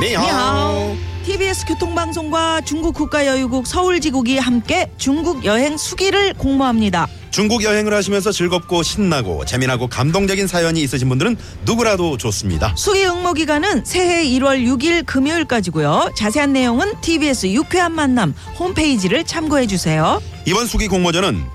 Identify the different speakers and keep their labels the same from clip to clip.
Speaker 1: 니하오.
Speaker 2: 니하오. TBS 교통방송과 중국 국가여유국 서울지국이 함께 중국 여행 수기를 공모합니다.
Speaker 1: 중국 여행을 하시면서 즐겁고 신나고 재미나고 감동적인 사연이 있으신 분들은 누구라도 좋습니다.
Speaker 2: 수기 응모 기간은 새해 1월 6일 금요일까지고요. 자세한 내용은 TBS 유쾌한 만남 홈페이지를 참고해 주세요.
Speaker 1: 이번 수기 공모전은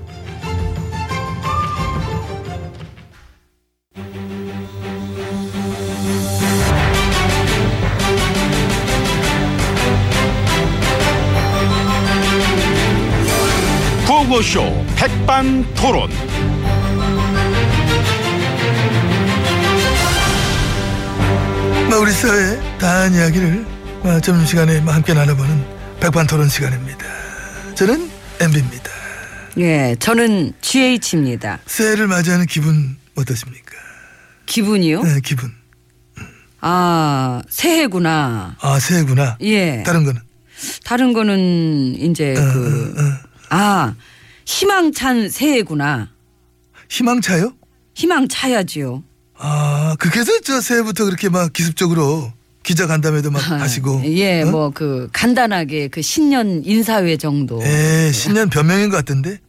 Speaker 1: 구호쇼 백반토론.
Speaker 3: 마, 뭐 우리 사회의 다양한 이야기를 마, 점심시간에 뭐 함께 나눠보는 백반토론 시간입니다. 저는 MB입니다.
Speaker 4: 예, 저는 GH입니다.
Speaker 3: 새해를 맞이하는 기분 어떠십니까?
Speaker 4: 기분이요?
Speaker 3: 네, 기분.
Speaker 4: 아, 새해구나.
Speaker 3: 아 새해구나.
Speaker 4: 예.
Speaker 3: 다른 거는? 어,
Speaker 4: 다른 거는 이제
Speaker 3: 음.
Speaker 4: 그, 아, 희망찬 새해구나.
Speaker 3: 희망차요?
Speaker 4: 희망 차야지요.
Speaker 3: 아 그래서 저 새해부터 그렇게 막 기습적으로 기자 간담회도 막 하시고.
Speaker 4: 예,
Speaker 3: 어?
Speaker 4: 뭐 그 간단하게 그 신년 인사회 정도.
Speaker 3: 예, 신년 변명인 것 같던데.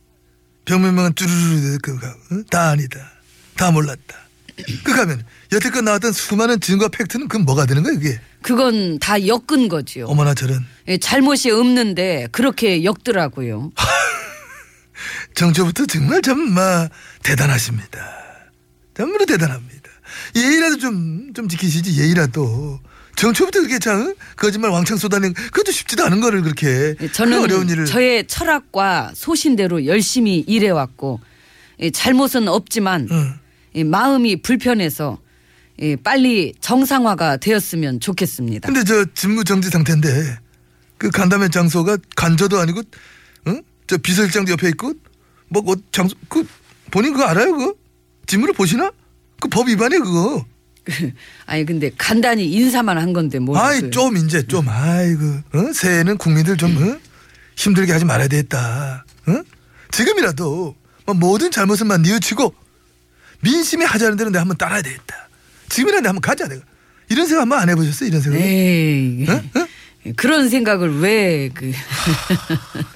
Speaker 3: 변명만 뚜루루루 그거 응? 다 아니다. 다 몰랐다. 그 가면 여태껏 나왔던 수많은 증거 팩트는 그건 뭐가 되는 거야 이게?
Speaker 4: 그건 다 엮은 거지요.
Speaker 3: 어머나 저런.
Speaker 4: 예, 잘못이 없는데 그렇게 엮더라고요.
Speaker 3: 정초부터 정말 정말 대단하십니다. 정말로 대단합니다. 예의라도 좀, 좀 지키시지, 예의라도. 정초부터 그렇게 참, 거짓말 왕창 쏟아낸, 그것도 쉽지도 않은 거를 그렇게.
Speaker 4: 예,
Speaker 3: 그 어려운 일을.
Speaker 4: 저는 저의 철학과 소신대로 열심히 일해왔고 예, 잘못은 없지만
Speaker 3: 응.
Speaker 4: 이 마음이 불편해서 이 빨리 정상화가 되었으면 좋겠습니다.
Speaker 3: 근데 저 직무 정지 상태인데, 그 간담회 장소가 간저도 아니고, 응? 저 비서실장도 옆에 있고, 뭐, 어, 장소, 그, 본인 그거 알아요, 그거? 직무를 보시나? 그 법 위반이에요, 그거.
Speaker 4: 아니 근데 간단히 인사만 한 건데 뭐.
Speaker 3: 아이 좀 이제 좀 아이고 어? 새해는 국민들 좀 어? 힘들게 하지 말아야 되겠다. 어? 지금이라도 막 모든 잘못은 막 뉘우치고 민심이 하자는 대로 내가 한번 따라야 되겠다. 지금이라도 내가 한번 가자 내가. 이런 생각 한번 안 해보셨어요? 이런 생각.
Speaker 4: 네. 에이 예, 그런 생각을 왜 그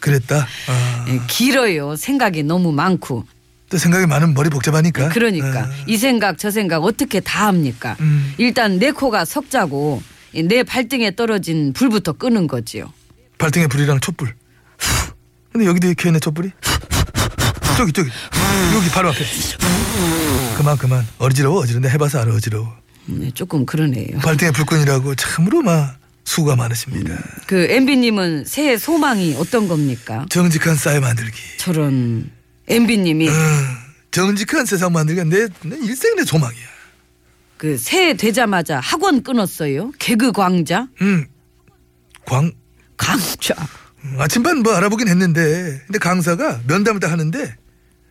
Speaker 3: 그랬다. 아,
Speaker 4: 길어요. 생각이 너무 많고.
Speaker 3: 또 생각이 많으면 머리 복잡하니까.
Speaker 4: 그러니까
Speaker 3: 아,
Speaker 4: 이 생각 저 생각 어떻게 다 합니까?
Speaker 3: 음.
Speaker 4: 일단 내 코가 석자고 이내 발등에 떨어진 불부터 끄는 거지요.
Speaker 3: 발등에 불이랑 촛불. 근데 여기도 켜있네 촛불이. 저기 저기 여기 바로 앞에. 그만 그만 어지러워 어지러운데 해봐서 알아 어지러워.
Speaker 4: 음, 조금 그러네요.
Speaker 3: 발등에 불끈이라고 참으로 막 수고가 많으십니다.
Speaker 4: 그 MB님은 새해 소망이 어떤 겁니까?
Speaker 3: 정직한 쌀 만들기. 어,
Speaker 4: 저런 MB님이
Speaker 3: 정직한 세상 만들기가 내, 내 일생 내 소망이야.
Speaker 4: 그 새해 되자마자 학원 끊었어요. 개그 광자,
Speaker 3: 음. 광,
Speaker 4: 강좌.
Speaker 3: 음, 아침반 뭐 알아보긴 했는데, 근데 강사가 면담을 다 하는데,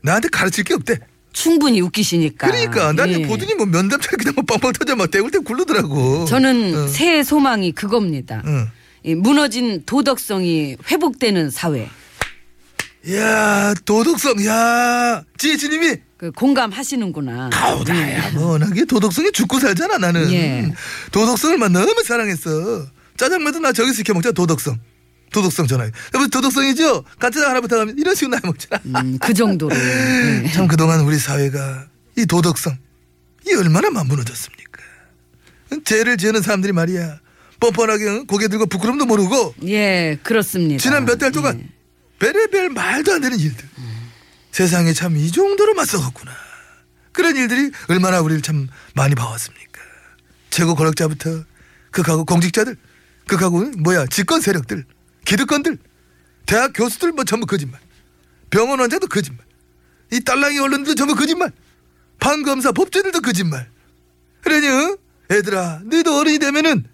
Speaker 3: 나한테 가르칠 게 없대.
Speaker 4: 충분히 웃기시니까.
Speaker 3: 그러니까, 나는
Speaker 4: 예.
Speaker 3: 보더니 뭐 면담 잘 그냥 뭐 빵빵 터져 막 대굴 때 굴르더라고.
Speaker 4: 저는
Speaker 3: 어.
Speaker 4: 새해 소망이 그겁니다.
Speaker 3: 응.
Speaker 4: 이 무너진 도덕성이 회복되는 사회.
Speaker 3: 야 도덕성, 야 지혜진님이
Speaker 4: 그 공감하시는구나.
Speaker 3: 아우다야 뭐 워낙에 도덕성이 죽고 살잖아 나는
Speaker 4: 예.
Speaker 3: 도덕성을 만 너무 사랑했어 짜장면도 나 저기서 시켜 먹자 도덕성 도덕성 전화기 여러분 도덕성이죠 간짜장 하나 부탁하면 이런 식으로 나눠 먹잖아
Speaker 4: 음, 그 정도로. 예.
Speaker 3: 참 그동안 우리 사회가 이 도덕성 이 얼마나 만무너졌습니까 죄를 지으는 사람들이 말이야 뻔뻔하게 고개 들고 부끄럼도 모르고
Speaker 4: 예, 그렇습니다. 네.
Speaker 3: 지난 몇 달 동안 별의별 말도 안 되는 일들 세상에 참 이 정도로 맞서갔구나 그런 일들이 얼마나 우리를 참 많이 봐왔습니까 최고 권력자부터 극하고 공직자들 극하고 뭐야 집권 세력들 기득권들 대학 교수들 뭐 전부 거짓말 병원 환자도 거짓말 이 딸랑이 언론들도 전부 거짓말 판검사 법조인들도 거짓말 그러니 응? 애들아 너희도 어른이 되면은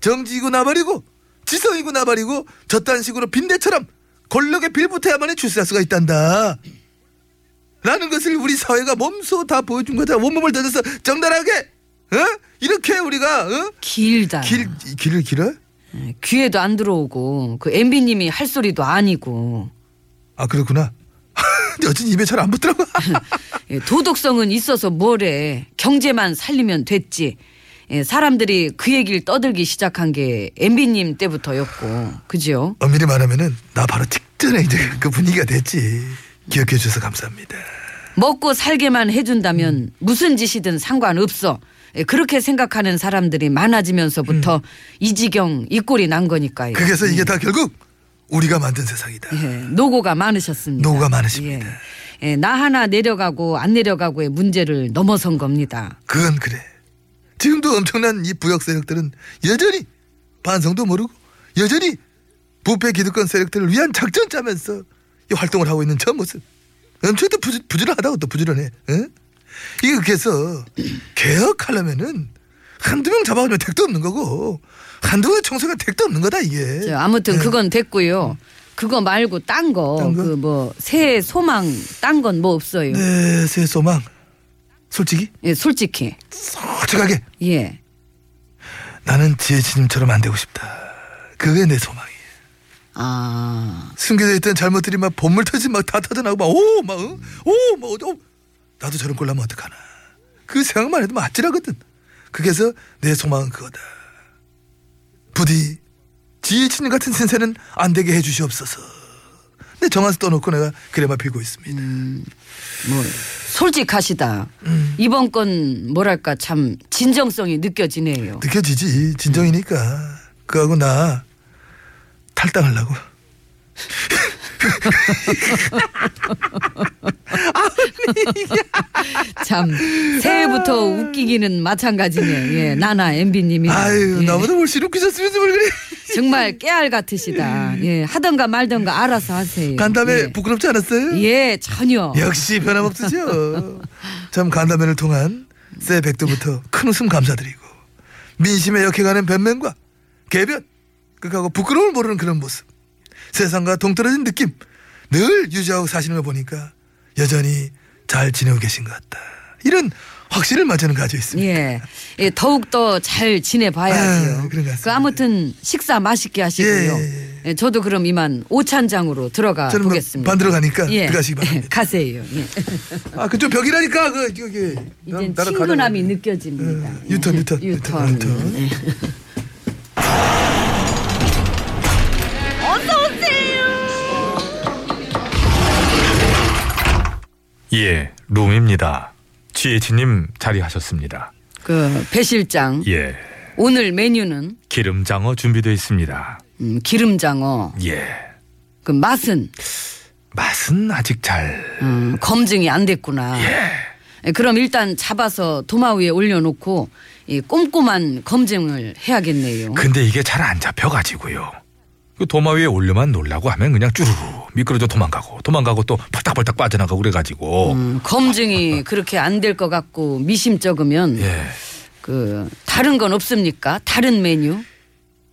Speaker 3: 정지이고 나발이고 지성이고 나발이고 저딴 식으로 빈대처럼 권력의 빌붙어야만이 출세할 수가 있단다 라는 것을 우리 사회가 몸소 다 보여준 거다. 온몸을 던져서 정당하게 어? 이렇게 우리가 어?
Speaker 4: 예. 길다.
Speaker 3: 길 길을 길어?
Speaker 4: 예, 귀에도 안 들어오고 그 MB님이 할 소리도 아니고
Speaker 3: 아 그렇구나. 여친 입에 잘 안 붙더라고.
Speaker 4: 예, 도덕성은 있어서 뭐래 경제만 살리면 됐지 예, 사람들이 그 얘기를 떠들기 시작한 게 MB님 때부터였고 그지요?
Speaker 3: 엄밀히 말하면은 나 바로 직전에 이제 그 분위기가 됐지. 기억해 주셔서 감사합니다.
Speaker 4: 먹고 살게만 해준다면 무슨 짓이든 상관없어 예, 그렇게 생각하는 사람들이 많아지면서부터 이 지경 이 꼴이 난 거니까요
Speaker 3: 음. 그래서 이게 다 결국 우리가 만든 세상이다.
Speaker 4: 예, 노고가 많으셨습니다.
Speaker 3: 노고가 많으십니다.
Speaker 4: 예, 예, 나 하나 내려가고 안 내려가고의 문제를 넘어선 겁니다.
Speaker 3: 그건 그래. 지금도 엄청난 이 부역 세력들은 여전히 반성도 모르고 여전히 부패 기득권 세력들을 위한 작전 짜면서 이 활동을 하고 있는 저 모습. 엄청 또 부지, 부지런하다고 또 부지런해. 응? 이거 그래서 개혁하려면은 한두 명 잡아가면 택도 없는 거고 한두 명의 청소가 택도 없는 거다 이게.
Speaker 4: 저 그렇죠. 아무튼
Speaker 3: 예.
Speaker 4: 그건 됐고요. 그거 말고 딴 거,
Speaker 3: 네. 딴 거?
Speaker 4: 그 뭐 새해 소망 딴 건 뭐 없어요.
Speaker 3: 네, 새 소망. 솔직히
Speaker 4: 예, 솔직히.
Speaker 3: 솔직하게
Speaker 4: 예.
Speaker 3: 나는 지혜진님처럼 안 되고 싶다. 그게 내 소망이. 야
Speaker 4: 아,
Speaker 3: 숨겨져 있던 잘못들이 막 본물 터진 막 다 터져나오고 막오막오막 어? 나도 저런 꼴 나면 어떡하나 그 생각만 해도 막 아찔하거든 그래서 내 소망은 그거다 부디 지혜친님 같은 신세는 안 되게 해주시옵소서 내 정한수 떠놓고 내가 그래만 빌고 있습니다
Speaker 4: 음. 뭐 솔직하시다.
Speaker 3: 음.
Speaker 4: 이번 건 뭐랄까 참 진정성이 느껴지네요.
Speaker 3: 느껴지지 진정이니까 그하고 나 탈당하려고
Speaker 4: 참
Speaker 3: 아.
Speaker 4: 새해부터 웃기기는 마찬가지네. 예, 나나 엠비님이.
Speaker 3: 아유
Speaker 4: 예.
Speaker 3: 나보다 훨씬 웃기셨으면 뭘 그래
Speaker 4: 정말 깨알 같으시다. 예, 하던가 말던가 알아서 하세요.
Speaker 3: 간담회
Speaker 4: 예.
Speaker 3: 부끄럽지 않았어요?
Speaker 4: 예, 전혀.
Speaker 3: 역시 변함없으죠. 참 간담회를 통한 새 백두부터 큰 웃음 감사드리고 민심에 역행하는 변명과 개변 극하고 부끄러움을 모르는 그런 모습 세상과 동떨어진 느낌 늘 유지하고 사시는 걸 보니까 여전히 잘 지내고 계신 것 같다. 이런 확신을 마저는 가지고 있습니다.
Speaker 4: 예, 예, 더욱 더 잘 지내봐야지요.
Speaker 3: 아, 그런 것 같습니다.
Speaker 4: 그 아무튼 식사 맛있게 하시고요.
Speaker 3: 예, 예,
Speaker 4: 예, 저도 그럼 이만 오찬장으로 들어가
Speaker 3: 저는 뭐
Speaker 4: 보겠습니다. 예.
Speaker 3: 반대로 가니까 들어가시기 바랍니다.
Speaker 4: 가세요. 예.
Speaker 3: 아 그쪽 벽이라니까 그 여기
Speaker 4: 이제 친근함이 느껴집니다. 예.
Speaker 3: 유턴, 유턴, 유턴,
Speaker 4: 유턴.
Speaker 3: 유턴.
Speaker 4: 예.
Speaker 5: 예, 룸입니다. 지혜진님 자리하셨습니다.
Speaker 4: 그 배실장
Speaker 5: 예,
Speaker 4: 오늘 메뉴는
Speaker 5: 기름장어 준비되어 있습니다.
Speaker 4: 음, 기름장어.
Speaker 5: 예,
Speaker 4: 그 맛은
Speaker 5: 맛은 아직 잘.
Speaker 4: 음, 검증이 안 됐구나. 예, 그럼 일단 잡아서 도마 위에 올려놓고 이 꼼꼼한 검증을 해야겠네요.
Speaker 5: 근데 이게 잘 안 잡혀가지고요. 그 도마 위에 올려만 놓으려고 하면 그냥 쭈루루 미끄러져 도망가고 도망가고 또 펄딱펄딱 빠져나가고 그래가지고
Speaker 4: 음, 검증이 그렇게 안 될 것 같고 미심쩍으면
Speaker 5: 예
Speaker 4: 그 다른 건 없습니까? 다른 메뉴?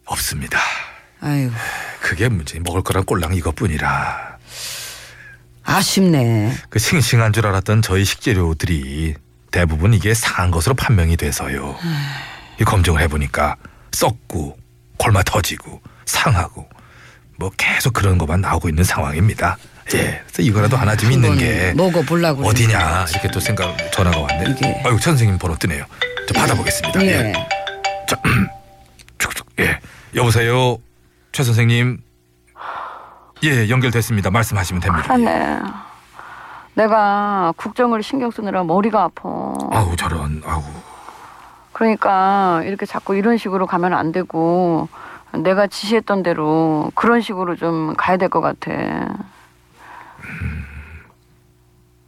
Speaker 5: 없습니다.
Speaker 4: 아유
Speaker 5: 그게 문제. 먹을 거란 꼴랑 이것뿐이라.
Speaker 4: 아쉽네.
Speaker 5: 그 싱싱한 줄 알았던 저희 식재료들이 대부분 이게 상한 것으로 판명이 돼서요. 이 검증을 해보니까 썩고 골마 터지고 상하고 뭐 계속 그런 것만 나오고 있는 상황입니다. 예, 그래서 이거라도 하나 좀 있는
Speaker 4: 한번
Speaker 5: 게
Speaker 4: 먹어보려고
Speaker 5: 어디냐 이렇게 또 생각 전화가 왔네.
Speaker 4: 이게.
Speaker 5: 아유 선생님 번호 뜨네요. 저 받아보겠습니다.
Speaker 4: 예.
Speaker 5: 예, 쭉쭉 예, 여보세요, 최 선생님. 예, 연결됐습니다. 말씀하시면 됩니다.
Speaker 6: 아, 하네. 내가 국정을 신경 쓰느라 머리가 아파.
Speaker 5: 아우 저런, 아우.
Speaker 6: 그러니까 이렇게 자꾸 이런 식으로 가면 안 되고 내가 지시했던 대로 그런 식으로 좀 가야 될 것 같아.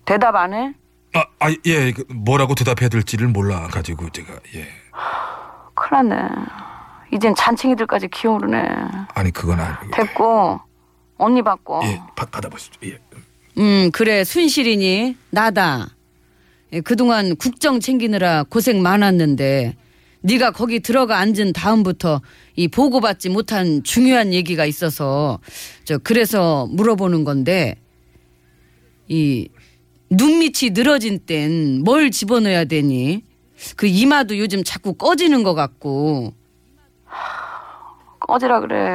Speaker 6: 대답 안 해?
Speaker 5: 아, 아, 예, 그 뭐라고 대답해야 될지를 몰라 가지고 제가 예,
Speaker 6: 큰일 났네. 이젠 잔챙이들까지 기어오르네.
Speaker 5: 아니 그건 아니고
Speaker 6: 됐고 언니 바꿔.
Speaker 5: 예, 받, 받아보시죠. 예,
Speaker 4: 음 그래 순실이니 나다. 예, 그동안 국정 챙기느라 고생 많았는데 네가 거기 들어가 앉은 다음부터 이 보고받지 못한 중요한 얘기가 있어서 저 그래서 물어보는 건데 이 눈밑이 늘어진 땐 뭘 집어넣어야 되니? 그 이마도 요즘 자꾸 꺼지는 것 같고
Speaker 6: 꺼지라 그래.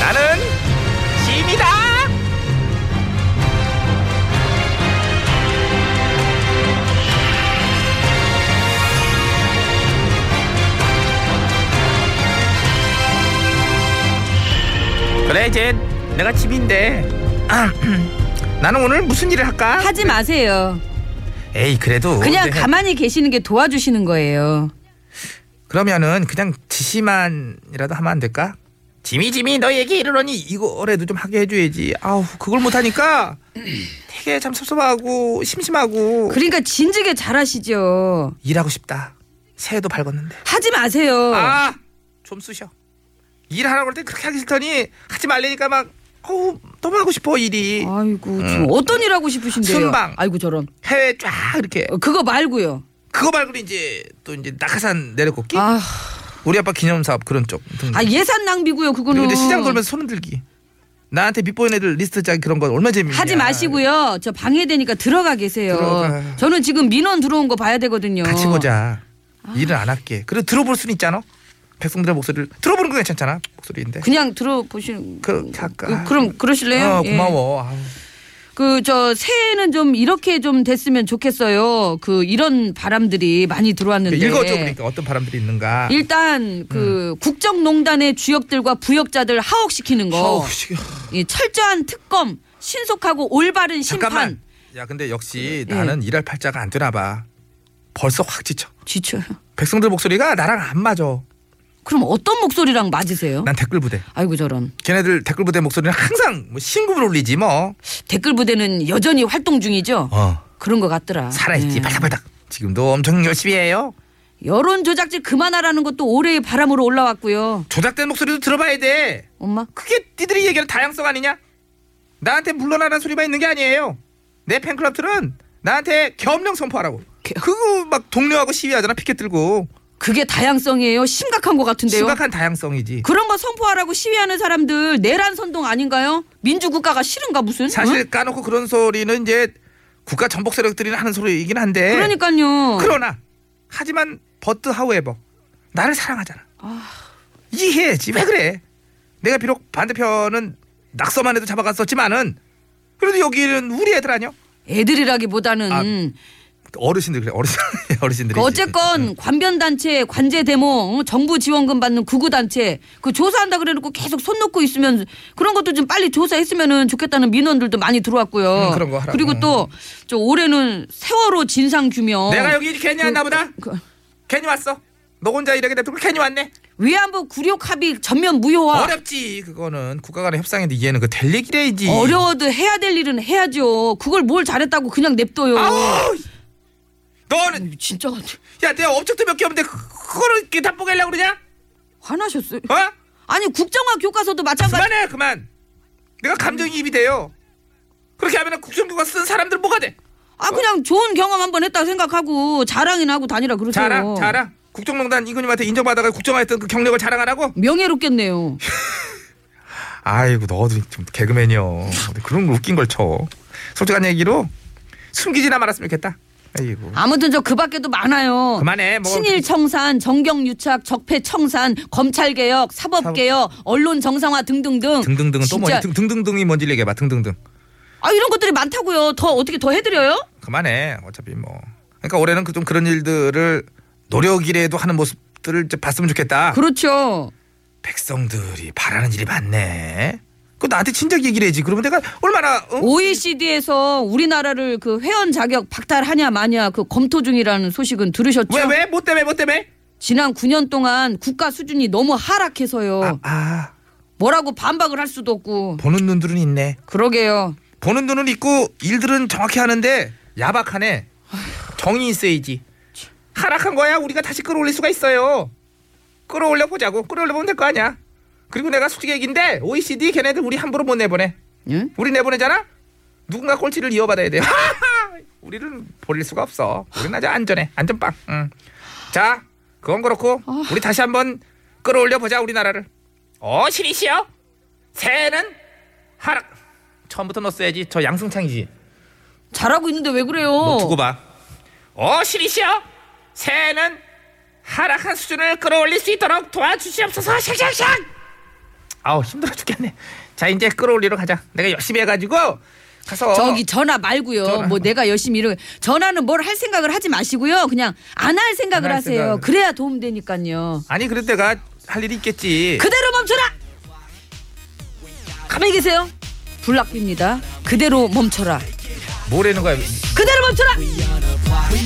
Speaker 7: 나는 짐이다. 그래 젠 내가 짐인데 아, 나는 오늘 무슨 일을 할까?
Speaker 4: 하지 마세요.
Speaker 7: 에이 그래도
Speaker 4: 그냥
Speaker 7: 네.
Speaker 4: 가만히 계시는 게 도와주시는 거예요.
Speaker 7: 그러면은 그냥 지시만이라도 하면 안 될까? 지미 지미 너에게 이러니 이거라도 좀 하게 해줘야지. 아우 그걸 못하니까 되게 참 섭섭하고 심심하고
Speaker 4: 그러니까 진즉에 잘하시죠.
Speaker 7: 일하고 싶다. 새해도 밝았는데. 어,
Speaker 4: 하지 마세요.
Speaker 7: 아좀 쑤셔. 일하라고 할 때 그렇게 하기 싫더니 하지 말래니까 막 어우 너무 하고 싶어 일이.
Speaker 4: 아이고 지금 어떤 일 하고 싶으신데요?
Speaker 7: 음. 순방.
Speaker 4: 아이고 저런.
Speaker 7: 해외 쫙 이렇게
Speaker 4: 어, 그거 말고요.
Speaker 7: 그거 말고는 이제 또 이제 낙하산 내려꽂기
Speaker 4: 아,
Speaker 7: 우리 아빠 기념 사업 그런 쪽 등등.
Speaker 4: 아 예산 낭비고요. 그거는.
Speaker 7: 그리고 이제 시장 돌면서 손 흔들기. 나한테 밉보인 애들 리스트 짜기 그런 건 얼마 나 재밌냐.
Speaker 4: 하지 마시고요. 저 방해되니까 들어가 계세요.
Speaker 7: 들어가.
Speaker 4: 저는 지금 민원 들어온 거 봐야 되거든요.
Speaker 7: 같이 보자.
Speaker 4: 아.
Speaker 7: 일은 안 할게. 그래도 들어볼 수는 있잖아. 백성들의 목소리를 들어보는 건 괜찮잖아. 목소리인데.
Speaker 4: 그냥 들어보시는.
Speaker 7: 그렇게 할까?
Speaker 4: 그, 그럼 그러실래요?
Speaker 7: 어,
Speaker 4: 예.
Speaker 7: 고마워. 아우.
Speaker 4: 그 저 새해는 좀 이렇게 좀 됐으면 좋겠어요. 그 이런 바람들이 많이 들어왔는데.
Speaker 7: 읽어줘 그러니까 음. 어떤 바람들이 있는가.
Speaker 4: 일단 그 국정농단의 주역들과 부역자들 하옥시키는 거.
Speaker 7: 어우, 씨.
Speaker 4: 이 철저한 특검, 신속하고 올바른 심판. 예.
Speaker 7: 잠깐만. 야 근데 역시 나는 일할 팔자가 안 되나 봐. 벌써 확 지쳐.
Speaker 4: 지쳐요.
Speaker 7: 백성들 목소리가 나랑 안 맞아.
Speaker 4: 그럼 어떤 목소리랑 맞으세요?
Speaker 7: 난 댓글 부대.
Speaker 4: 아이고 저런.
Speaker 7: 걔네들 댓글 부대 목소리는 항상 뭐 신금을 올리지 뭐.
Speaker 4: 댓글 부대는 여전히 활동 중이죠?
Speaker 7: 어.
Speaker 4: 그런 것 같더라.
Speaker 7: 살아있지
Speaker 4: 예.
Speaker 7: 발닥발닥. 지금도 엄청 열심히 해요.
Speaker 4: 여론 조작질 그만하라는 것도 올해의 바람으로 올라왔고요.
Speaker 7: 조작된 목소리도 들어봐야 돼.
Speaker 4: 엄마.
Speaker 7: 그게 니들이 얘기하는 다양성 아니냐? 나한테 물러나라는 소리만 있는 게 아니에요. 내 팬클럽들은 나한테 겸령 선포하라고.
Speaker 4: 겸-
Speaker 7: 그거 막 동료하고 시위하잖아 피켓 들고.
Speaker 4: 그게 다양성이에요. 심각한 것 네, 같은데요.
Speaker 7: 심각한 다양성이지.
Speaker 4: 그런 거 선포하라고 시위하는 사람들 내란 선동 아닌가요? 민주국가가 싫은가 무슨?
Speaker 7: 사실 까놓고 그런 소리는 이제 국가 전복 네.
Speaker 4: 그러니까.
Speaker 7: 세력들이 하는 소리이긴 한데.
Speaker 4: 그러니까요.
Speaker 7: 그러나 하지만 버트 하우에버 나를 사랑하잖아. 이해해야지. 왜 그래? 내가 비록 반대편은 낙서만 해도 잡아갔었지만은 그래도 여기는 우리 애들 아니야?
Speaker 4: 애들이라기보다는
Speaker 7: 아, 어르신들 그래. 어르신 어르신들이.
Speaker 4: 그
Speaker 7: 네.
Speaker 4: 어쨌건 관변 단체, 관제 데모, 어, 정부 지원금 받는 구구 단체 그 조사한다 그래놓고 계속 손 놓고 있으면 그런 것도 좀 빨리 조사했으면 좋겠다는 민원들도 많이 들어왔고요.
Speaker 7: 음, 그런 거 하라고.
Speaker 4: 리고 또 저 올해는 세월호 진상 규명.
Speaker 7: 내가 여기 괜히
Speaker 4: 그-
Speaker 7: 왔나 보다. 괜히 왔어. 너 혼자 이렇게 냅두고 괜히 왔네.
Speaker 4: 위안부 굴욕 합의 전면 무효화.
Speaker 7: 어렵지 그거는 국가 간의 협상인데 얘는 그 될 얘기래야지.
Speaker 4: 워도 해야 될 일은 해야죠. 그걸 뭘 잘했다고 그냥 냅둬요.
Speaker 7: 아우! 너는
Speaker 4: 진짜
Speaker 7: 야 내가 업적도 몇 개 없는데 그- 그거를 이렇게 다 뽀개려고 그러냐?
Speaker 4: 화나셨어요.
Speaker 7: 어?
Speaker 4: 아니 국정화 교과서도 마찬가지.
Speaker 7: 그만해 그만. 내가 감정이입이 돼요. 그렇게 하면 국정교과 쓴 사람들 뭐가 돼?
Speaker 4: 아 그냥 좋은 경험 한 번 했다 생각하고 자랑이나 하고 다니라 그러세요.
Speaker 7: 자랑 자랑. 국정농단 이근님한테 인정받아가 국정화했던 그 경력을 자랑하라고?
Speaker 4: 명예롭겠네요.
Speaker 7: 아이고 너도 좀 개그맨이여. 그런 걸 웃긴 걸 쳐. 솔직한 얘기로 숨기지나 말았으면 좋겠다. 아이고.
Speaker 4: 아무튼 저 그 밖에도 많아요.
Speaker 7: 그만해, 뭐.
Speaker 4: 친일 청산, 정경 유착, 적폐 청산, 검찰 개혁, 사법 개혁, 언론 정상화 등등등.
Speaker 7: 등등등은 또 뭐니?
Speaker 4: 진짜-
Speaker 7: 등- 등등등이 뭔지 얘기해봐. 등등등.
Speaker 4: 아 이런 것들이 많다고요. 더 어떻게 더 해드려요?
Speaker 7: 그만해. 어차피 뭐. 그러니까 올해는 그 좀 그런 일들을 노력이라도 하는 모습들을 이제 봤으면 좋겠다.
Speaker 4: 그렇죠.
Speaker 7: 백성들이 바라는 일이 많네. 그 나한테 친절 얘기를 해지. 그러면 내가 얼마나 어?
Speaker 4: OECD에서 우리나라를 그 회원 자격 박탈하냐 마냐 그 검토 중이라는 소식은 들으셨죠?
Speaker 7: 왜 왜? 뭐 때문에 뭐 때문에?
Speaker 4: 지난 9년 동안 국가 수준이 너무 하락해서요.
Speaker 7: 아, 아
Speaker 4: 뭐라고 반박을 할 수도 없고.
Speaker 7: 보는 눈들은 있네.
Speaker 4: 그러게요.
Speaker 7: 보는 눈은 있고 일들은 정확히 하는데 야박하네. 정이 있어야지. 하락한 거야 우리가 다시 끌어올릴 수가 있어요. 끌어올려 보자고. 끌어올려 보면 될 거 아니야. 그리고 내가 솔직히 얘기인데 OECD 걔네들 우리 함부로 못 내보내.
Speaker 4: 예?
Speaker 7: 우리 내보내잖아? 누군가 꼴찌를 이어받아야 돼요. 우리는 버릴 수가 없어. 우리는 아주 안전해. 안전빵. 응. 자, 그건 그렇고 우리 다시 한번 끌어올려 보자 우리나라를. 어, 신이시여. 새해는 하락. 처음부터 넣었어야지. 저 양승창이지.
Speaker 4: 잘하고 있는데 왜 그래요?
Speaker 7: 너뭐 두고 봐. 어, 신이시여. 새해는 하락한 수준을 끌어올릴 수 있도록 도와주시옵소서. 샥샥샥. 아우 힘들어 죽겠네. 자 이제 끌어올리러 가자. 내가 열심히 해가지고 가서
Speaker 4: 저기 전화 말고요.
Speaker 7: 전화.
Speaker 4: 뭐 내가 열심히 이러 전화는 뭘 할 생각을 하지 마시고요. 그냥 안 할 생각을
Speaker 7: 안할
Speaker 4: 하세요.
Speaker 7: 생각을.
Speaker 4: 그래야 도움 되니까요.
Speaker 7: 아니 그래도 내가 할 일이 있겠지.
Speaker 4: 그대로 멈춰라. 가만히 계세요. 블락비입니다. 그대로 멈춰라.
Speaker 7: 뭐라는 거야?
Speaker 4: 그대로 멈춰라.